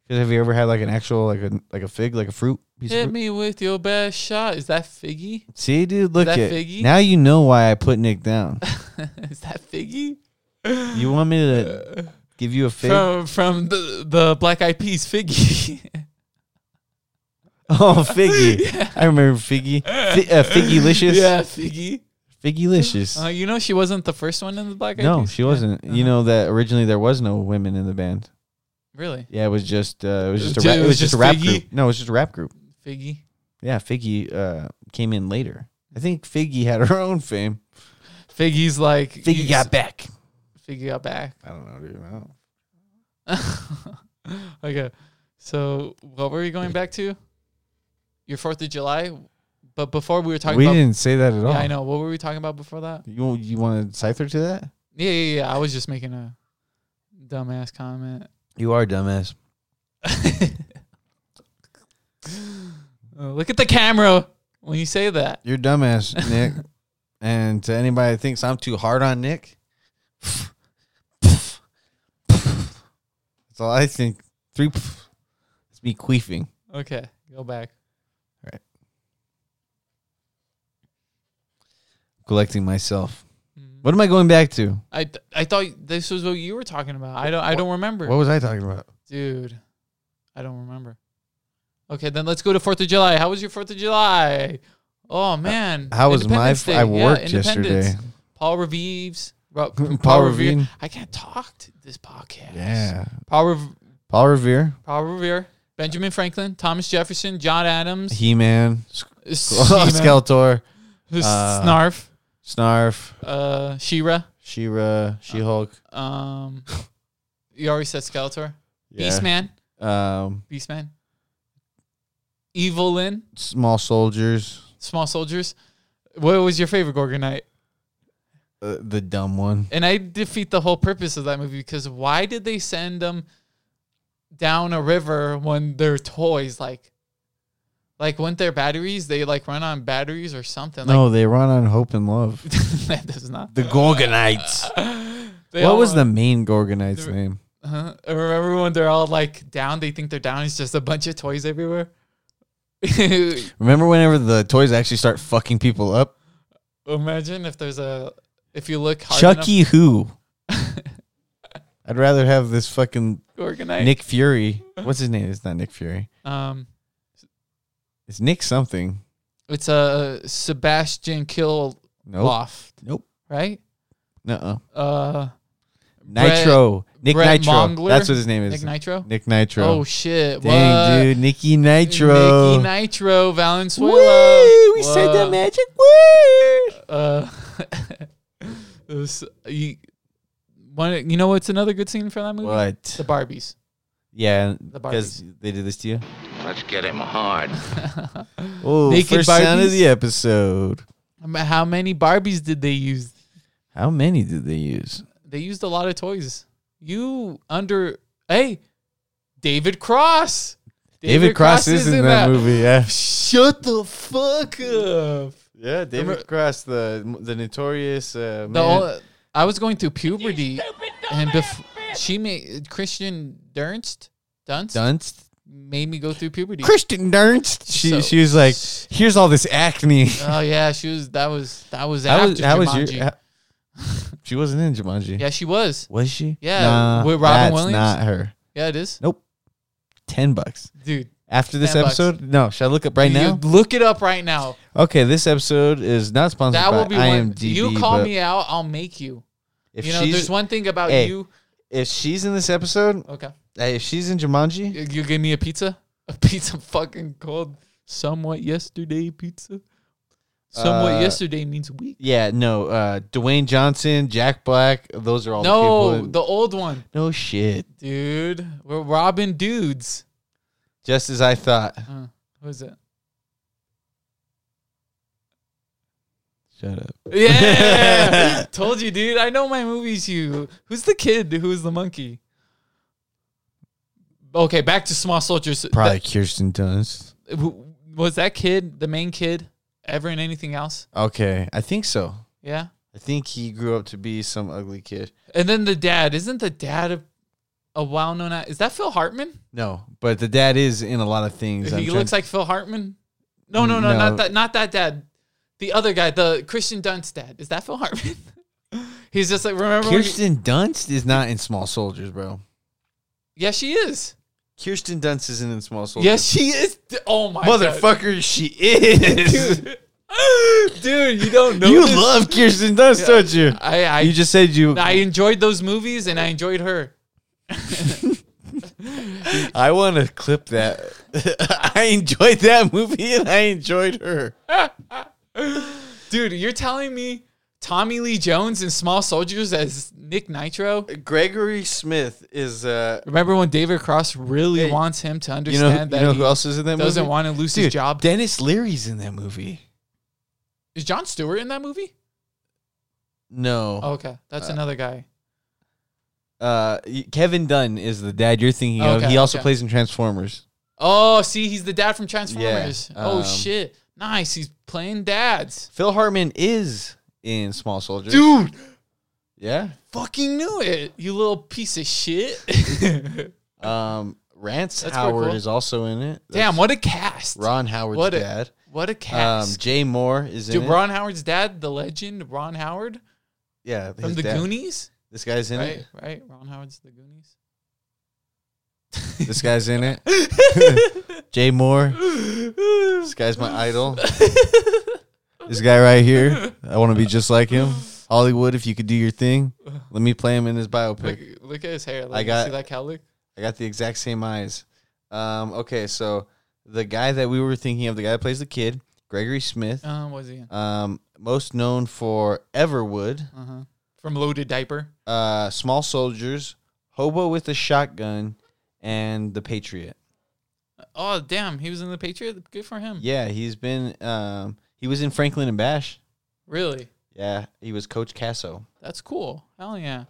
'Cause have you ever had like an actual like a like a fig like a fruit? Piece of
Hit
fruit?
me with your best shot. Is that figgy?
See, dude, look
that
at
figgy?
now you know why I put Nick down.
Is that figgy?
You want me to give you a fig?
From from the the Black Eyed Peas figgy.
Oh, figgy! I remember figgy, Fi uh, figgylicious.
yeah, figgy.
Figgylicious.
Uh, you know she wasn't the first one in the Black Eyed
no,
Peas?
she
Yeah.
wasn't. You
Uh-huh.
know that originally there was no women in the band.
Really?
Yeah, it was just uh, it was just a
Ju-
ra- it was just a rap
Figgy?
group. No, it was just a rap group.
Figgy.
Yeah, Figgy uh, came in later. I think Figgy had her own fame.
Figgy's like
Figgy
you-
got back.
Figgy got back.
I don't know, dude. I don't-
okay. So what were we going back to? Your Fourth of July, but before we were talking
We
about.
didn't say that at all.
yeah, I know. What were we talking about before that?
You you want to cipher to that?
Yeah, yeah, yeah. I was just making a dumbass comment.
You are dumbass.
Uh, look at the camera when you say that.
You're dumbass, Nick. and to anybody that thinks I'm too hard on Nick, that's all I think. Three, it's me queefing.
Okay, go back.
collecting myself.
Mhm.
What am I going back to?
I th- I thought this was what you were talking about. I don't I don't remember.
What was I talking about?
Dude, I don't remember. Okay, then let's go to Fourth of July. How was your Fourth of July? Oh man,
How was my?
Independence
F-
Day.
I
Yeah,
worked
Independence.
yesterday.
Paul Reeves. Ro-
Paul
Paul Revere.
Revere.
I can't talk to this podcast.
Yeah,
Paul, Rev-
Paul Revere,
Paul Revere, Benjamin Franklin, Thomas Jefferson, John Adams,
He Man,
Skeletor,
Skeletor, uh,
Snarf,
Snarf,
uh, Shira.
Shira, She Hulk,
Um, you already said Skeletor.
yeah.
Beastman.
um,
Beastman. Evil Lynn.
Small Soldiers,
Small Soldiers. What was your favorite Gorgonite?
uh, the dumb one.
And I defeat the whole purpose of that movie because why did they send them down a river when they're toys? Like, like weren't their batteries? They like run on batteries or something. Like,
no, they run on hope and love.
that does not.
The Gorgonites.
They
what
all-
was the main Gorgonite's
They-
name?
Huh? Remember when they're all like down? They think they're down. It's just a bunch of toys everywhere.
Remember whenever the toys actually start fucking people up?
Imagine if there's a if you look hard enough-
Chucky Who. E. I'd rather have this fucking
Organize.
Nick Fury. What's his name? It's not Nick Fury.
Um,
It's Nick something.
it's a Sebastian Kill
Nope.
Loft,
Nope.
right?
No.
Uh, Brett-
Nitro. Nick
Brett
Nitro.
Mongler?
That's what his name is.
Nick Nitro.
Nick Nitro.
Oh shit!
Dang, dude. Nicky
what?
Nitro.
Nicky Nitro Valenzuela.
Woo! We said the
Whoa.
magic word.
Uh, it was, you, one, you know what's another good scene from that movie?
What?
The Barbies.
Yeah,
The
because they did this to you.
Let's get him hard.
Oh,
Naked
first sound of
Barbies?
the episode.
Um, How many Barbies did they use?
How many did they use?
They used a lot of toys. You under hey, David Cross.
David, Cross, is in that, movie. Yeah,
Shut the fuck up.
yeah. David
Remember-
Cross, the the notorious uh, man.
The ol- I was going through puberty, and bef- she made Christian Dunst. Dunst
Dunst.
made me go through puberty.
Kristen Dunst. She
So-
she was like, here's all this acne.
Oh yeah, she was. That was that was
How
after
was how was
Jumanji.
your? how- she wasn't in Jumanji.
yeah, she was.
Was she?
Yeah,
Nah,
with Robin
that's
Williams?
Not her.
Yeah, it is,
Ten bucks
dude.
after this
10 bucks.
episode. No, should I look up right
you
now?
look it up right now.
Okay, this episode is not sponsored
That
by
will be one.
IMDb.
You call
but
me out, I'll make you.
If
you know,
she's
there's one thing about
Hey.
you.
if she's in this episode,
Okay,
hey, if she's in Jumanji,
you, you give me a pizza. A pizza fucking called somewhat yesterday pizza. Somewhat
Uh,
yesterday means week.
yeah, no, uh, Dwayne Johnson, Jack Black, those are all the
No,
people. in-
the old one,
no shit.
dude. We're robbing dudes.
Just as I thought.
Uh, who is it?
Shut up.
Yeah, told you, dude. I know my movies. You. Who's the kid? Who's the monkey? Okay, back to small soldiers.
Probably Kirsten Dunst.
That- who- was that kid the main kid ever in anything else?
Okay, I think so.
Yeah.
I think he grew up to be some ugly kid.
And then the dad isn't the dad of a well-known. act- Is that Phil Hartman?
No, but the dad is in a lot of things. I'm
he
trying-
looks like Phil Hartman. No, no, no,
No.
not that, not that dad. The other guy, the Christian Dunst dad. Is that Phil Hartman? He's just like remember. when he-
Kirsten Dunst is not in Small Soldiers, bro.
yeah, she is.
Kirsten Dunst isn't in Small Soldiers.
Yes, she is. D- Oh my God.
motherfucker, she is.
dude, Dude, you don't know.
you
this.
love Kirsten Dunst, don't you?
I I,
you just said you.
I
I,
enjoyed those movies and I enjoyed her.
want to clip that. I enjoyed that movie and I enjoyed her.
Dude, you're telling me Tommy Lee Jones in Small Soldiers as Nick Nitro?
Gregory Smith is. Uh,
Remember when David Cross really
Hey,
wants him to
you know, you
understand that
know
he
who else is in that
doesn't
movie?
want to lose
Dude,
his job?
Dennis Leary's in that movie.
Is John Stewart in that movie?
No.
Oh, okay, that's another guy.
Uh, y- Kevin Dunn is the dad you're thinking of.
Oh. Okay,
He also
okay.
plays in Transformers.
Oh, see, he's the dad from Transformers. oh
um,
shit, nice. He's playing dads.
Phil Hartman is in Small Soldiers.
Dude,
Yeah.
fucking knew it. You little piece of shit.
Um, Rance
That's pretty
Howard
cool.
is also in it.
Damn,
That's
what a cast.
Ron Howard's
what a-
dad.
What a
Um,
cast.
Jay Moore is in
Dude,
it.
Ron Howard's dad, the legend Ron Howard
Yeah,
from
his
the
dad.
Goonies,
This guy's in
right?
it.
Right, Ron Howard's the Goonies.
This guy's in it. Jay Moore. This guy's my idol. This guy right here. I want to be just like him. Hollywood, if you could do your thing, let me play him in his
Look,
biopic.
look at his hair. Like,
I
I
got-
see that cowlick.
I got the exact same eyes. Um, okay, so the guy that we were thinking of, the guy that plays the kid, Gregory Smith,
Uh, what is he? in?
um, most known for Everwood,
Uh-huh. From Loaded Diaper.
uh, Small Soldiers, Hobo with a Shotgun, and The Patriot.
Oh damn, he was in the Patriot. Good for him.
Yeah, he's been. Um, he was in Franklin and Bash.
Really,
Yeah, he was Coach Casso.
that's cool. Hell yeah,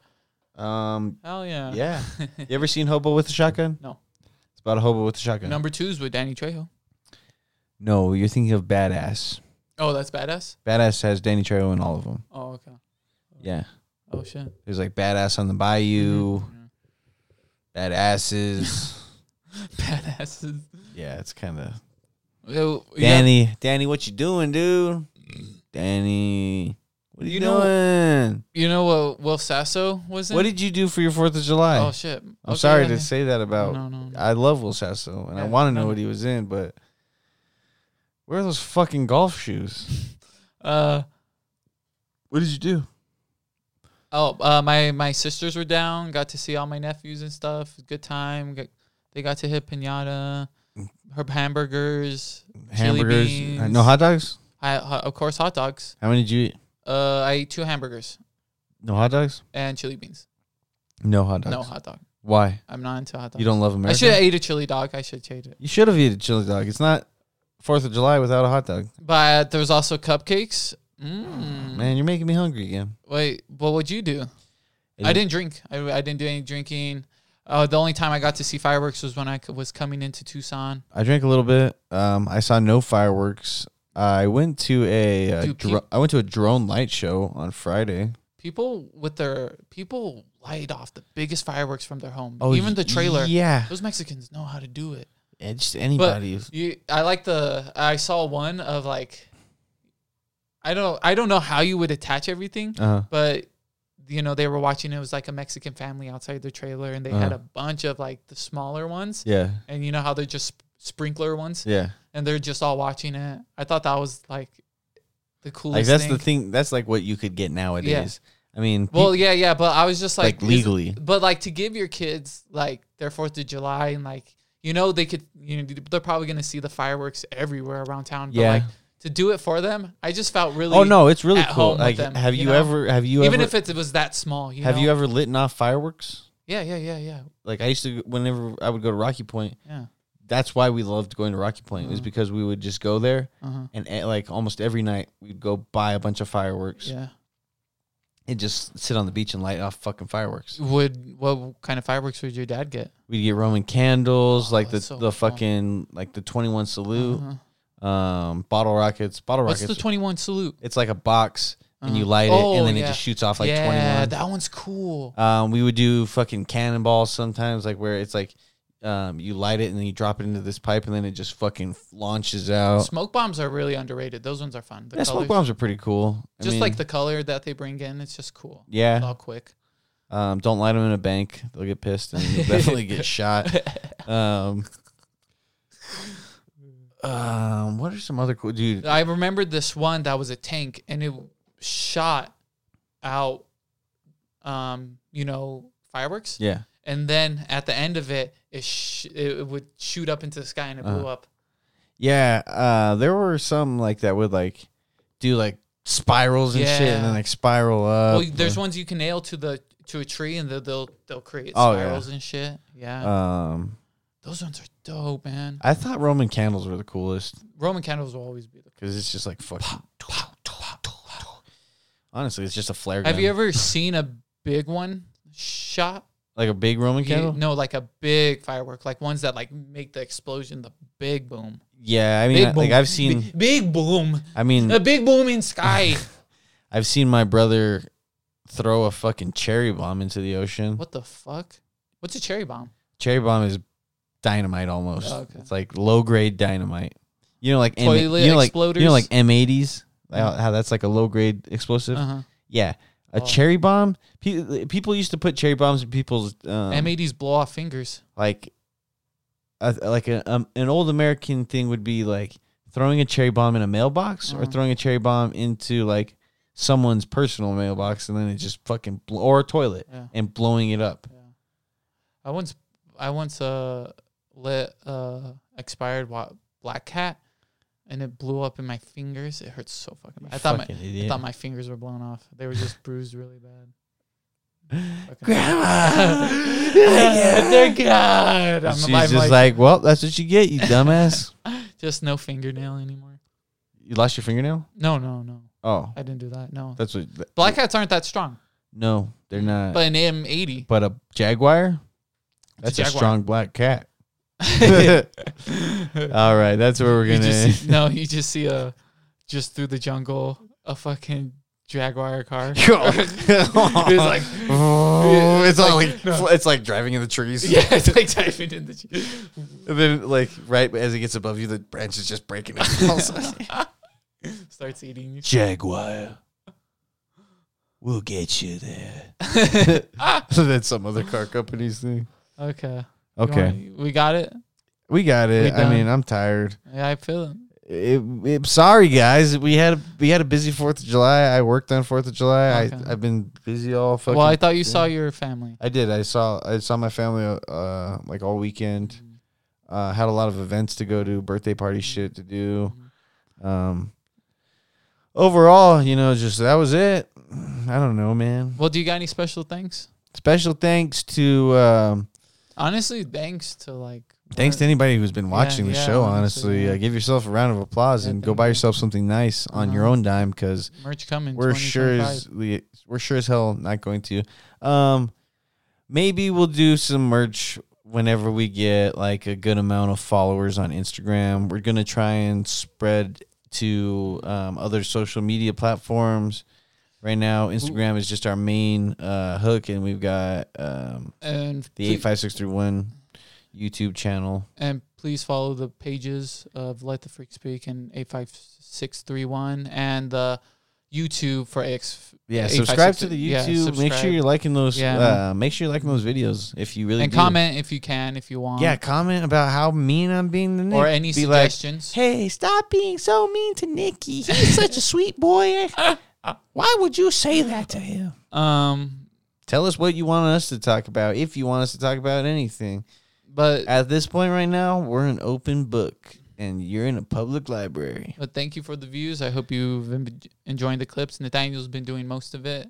Um,
hell yeah.
yeah. You ever seen Hobo with a Shotgun?
Uh. No.
It's about a hobo with a shotgun.
Number two's with Danny Trejo.
No, you're thinking of Badass.
Oh, that's badass.
Badass has Danny Trejo in all of them.
Oh okay.
Yeah.
Oh shit.
There's like Badass on the Bayou, Badasses.
Badasses.
yeah, it's kind of.
Oh, yeah.
Danny, Danny, what you doing, dude? Danny, What are you,
You know-
doing?
You know what Will Sasso was in?
what did you do for your Fourth of July?
oh shit!
I'm sorry to say that about.
No, no, no.
I love Will Sasso, and I
Yeah,
want to
no,
know
no.
what he was in, but where are those fucking golf shoes?
Uh
What did you do?
oh, uh, my my sisters were down. Got to see all my nephews and stuff. Good time. Got, they got to hit pinata, her hamburgers. Chili
Hamburgers?
beans.
Uh, No hot dogs.
I, ho- of course hot dogs.
How many did you eat?
Uh, I ate two hamburgers
No hot dogs.
and chili beans.
No hot dogs.
No hot dog.
Why?
I'm not into hot dogs.
You don't love
I
America.
should have ate a chili dog. I should have ate it.
you should have eaten chili dog. It's not Fourth of July without a hot dog.
But there was also cupcakes. Mm.
Oh, Man, you're making me hungry again.
Wait, what would you do? I didn't drink. I, I didn't do any drinking. Uh, the only time I got to see fireworks was when I c- was coming into Tucson.
I drank a little bit. Um, I saw no fireworks. I went to a uh,
Dude,
dro- I went to a drone light show on Friday.
People with their people light off the biggest fireworks from their home. Even the trailer.
Oh, Yeah,
Those Mexicans know how to do it.
Yeah, just anybody. is-
You, I like the. I saw one of like. I don't. I don't know how you would attach everything,
uh-huh.
but you know they were watching. It was like a Mexican family outside their trailer, and they had a bunch of like the smaller ones,
Uh-huh. Yeah,
and you know how they're just sprinkler ones.
yeah.
and they're just all watching it. I thought that was like the coolest.
Like that's
thing.
the thing. That's like what you could get nowadays. I mean, peop-
Well, yeah, yeah, but I was just
like,
like, is-
legally.
But like to give your kids like their Fourth of July and like you know they could you know they're probably gonna see the fireworks everywhere around town. But
Yeah.
like to do it for them, I just felt really.
oh no, it's really
at home
cool.
with
Like,
them,
have
you
you,
know?
ever? Have you
even
ever?
if it, it was that small, you
have
know?
you ever lit off fireworks?
Yeah, yeah, yeah, yeah,
Like I used to, whenever I would go to Rocky Point,
yeah.
that's why we loved going to Rocky Point is
Mhm.
because we would just go there
Uh huh.
and eh, like almost every night we'd go buy a bunch of fireworks
Yeah.
and just sit on the beach and light off fucking fireworks.
Would what kind of fireworks would your dad get?
We'd get Roman candles,
Oh,
like the
that's so
the
cool.
fucking like the twenty one salute,
Uh-huh.
um, bottle rockets, bottle
What's the
rockets.
twenty one salute?
it's like a box and you
Uh-huh.
light it
Oh,
and then it
yeah.
just shoots off like
yeah,
twenty one.
that one's cool.
Um, we would do fucking cannonballs sometimes, like where it's like. Um, you light it and then you drop it into this pipe and then it just fucking launches out.
Smoke bombs are really underrated. Those ones are fun. The
Oh. yeah, smoke
colors-
bombs are pretty cool. I
just
mean,
like the color that they bring in, it's just cool. It's
yeah.
all quick.
Um, don't light them in a bank; they'll get pissed and you'll definitely get shot. Um, um, what are some other cool dude?
I remembered this one that was a tank and it shot out, um, you know, fireworks.
Yeah,
And then at the end of it, it sh- it would shoot up into the sky and it blew
Uh-huh.
up.
yeah. Uh, there were some like that would like do like spirals and shit, and
Yeah.
then like spiral up.
well, there's ones you can nail to the to a tree and they'll they'll, they'll create
Oh, yeah.
spirals and shit. Yeah,
Um,
those ones are dope, man.
I thought Roman candles were the coolest
Roman candles will always be the.
because it's just like fucking. Honestly, it's just a flare gun.
Have you ever seen a big one shot?
like a big Roman
Ye-
candle?
No, like a big firework, like ones that like make the explosion, the big boom.
Yeah, I mean,
big
like
boom.
I've seen. Mm.
Big, big boom,
I mean,
a big boom in sky.
I've seen my brother throw a fucking cherry bomb into the ocean.
what the fuck? What's a cherry bomb?
Cherry bomb is dynamite almost.
Oh, okay.
It's like low grade dynamite. You know, like M-
Toilet
you know, like you know,
exploders?
like M eighties. How how that's like a low grade explosive.
Uh-huh.
Yeah, a
Oh.
cherry bomb. Pe- people used to put cherry bombs in people's um,
M80s blow off fingers.
like, a, like a, um, an old American thing would be like throwing a cherry bomb in a mailbox or
Uh-huh.
throwing a cherry bomb into like someone's personal mailbox and then it just fucking bl- or a toilet
Yeah.
and blowing it up.
yeah. I once, I once uh lit uh expired wa- black cat, and it blew up in my fingers. It hurt so fucking bad. I thought my
Fucking
I
idiot.
thought my fingers were blown off. They were just bruised really bad. Fucking-
Grandma.
yeah, they're God.
And
I'm,
She's
I'm
just like,
like,
well, that's what you get, you dumbass.
just no fingernail anymore.
you lost your fingernail?
No, no, no.
Oh,
I didn't do that. No.
that's what. th-
Black cats aren't that strong.
no, they're not. But,
But an M80.
a jaguar? That's
It's
a,
a jaguar.
strong black cat. All right, that's where we're
You
gonna.
just see, no, you just see a just through the jungle a fucking jaguar car.
it's
like-
oh, it's all like,
like- no.
it's like driving in the trees.
yeah, it's like diving in the.
And then, like right as it gets above you, the branch is just breaking. It
Starts eating you.
jaguar. We'll get you there. That's some other car company's thing.
Okay. You
Okay,
want- we got it.
we got
We
it. I
done?
mean, I'm tired.
Yeah, I feel it.
It, it- sorry guys, we had a, we had a busy Fourth of July. I worked on Fourth of July.
Okay.
I I've been busy all fucking.
well, I thought you saw your family.
I did. I saw I saw my family uh like all weekend.
Mm-hmm.
Uh, had a lot of events to go to, birthday party shit to do.
Mm-hmm.
Um, overall, you know, just that was it. I don't know, man.
Well, do you got any special thanks?
Special thanks to um,
Honestly, thanks to like.
thanks to anybody who's been watching the
yeah,
show.
honestly,
Honestly,
yeah.
uh, give yourself a round of applause
Yeah,
and go
thank
buy
you.
yourself something nice on your
Uh-huh.
own dime because
merch coming.
we're sure as we, we're sure as hell not going to. Um, maybe we'll do some merch whenever we get like a good amount of followers on Instagram. We're gonna try and spread to um, other social media platforms. Right now, Instagram is just our main uh, hook, and we've got um,
and
the
ple-
eight five six three one YouTube channel.
and please follow the pages of Let the Freak Speak and eight five six three one and the YouTube for X.
Yeah,
856
subscribe to the
yeah,
YouTube. make sure
subscribe.
you're liking those.
Yeah.
Uh, make sure you're liking those videos if you really
and
do.
comment if you can if you want.
Yeah, comment about how mean I'm being to Nick.
or any
Be like,
suggestions.
hey, stop being so mean to Nicky. He's such a sweet boy. Why would you say that to him?
um,
Tell us what you want us to talk about, if you want us to talk about anything.
but
At this point right now, we're an open book, and you're in a public library.
But thank you for the views. I hope you've been enjoying the clips. Nathaniel's been doing most of it.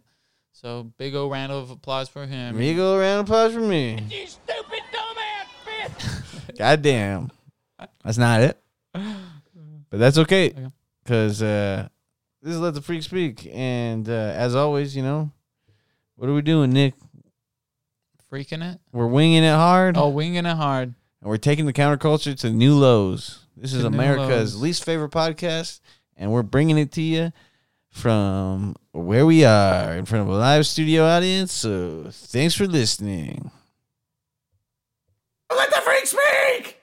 So big old round of applause for him.
Let me go around and pause for me.
You stupid dumbass bitch!
Goddamn. That's not it. But that's okay.
Okay.
Because uh, this is Let the Freak Speak. And uh, as always, you know, what are we doing, Nick?
Freaking it.
We're winging it hard.
Oh, winging it hard.
And we're taking the counterculture to new lows. This is
To new
America's
lows.
least favorite podcast. And we're bringing it to you from where we are in front of a live studio audience. So thanks for listening.
Let the freak speak!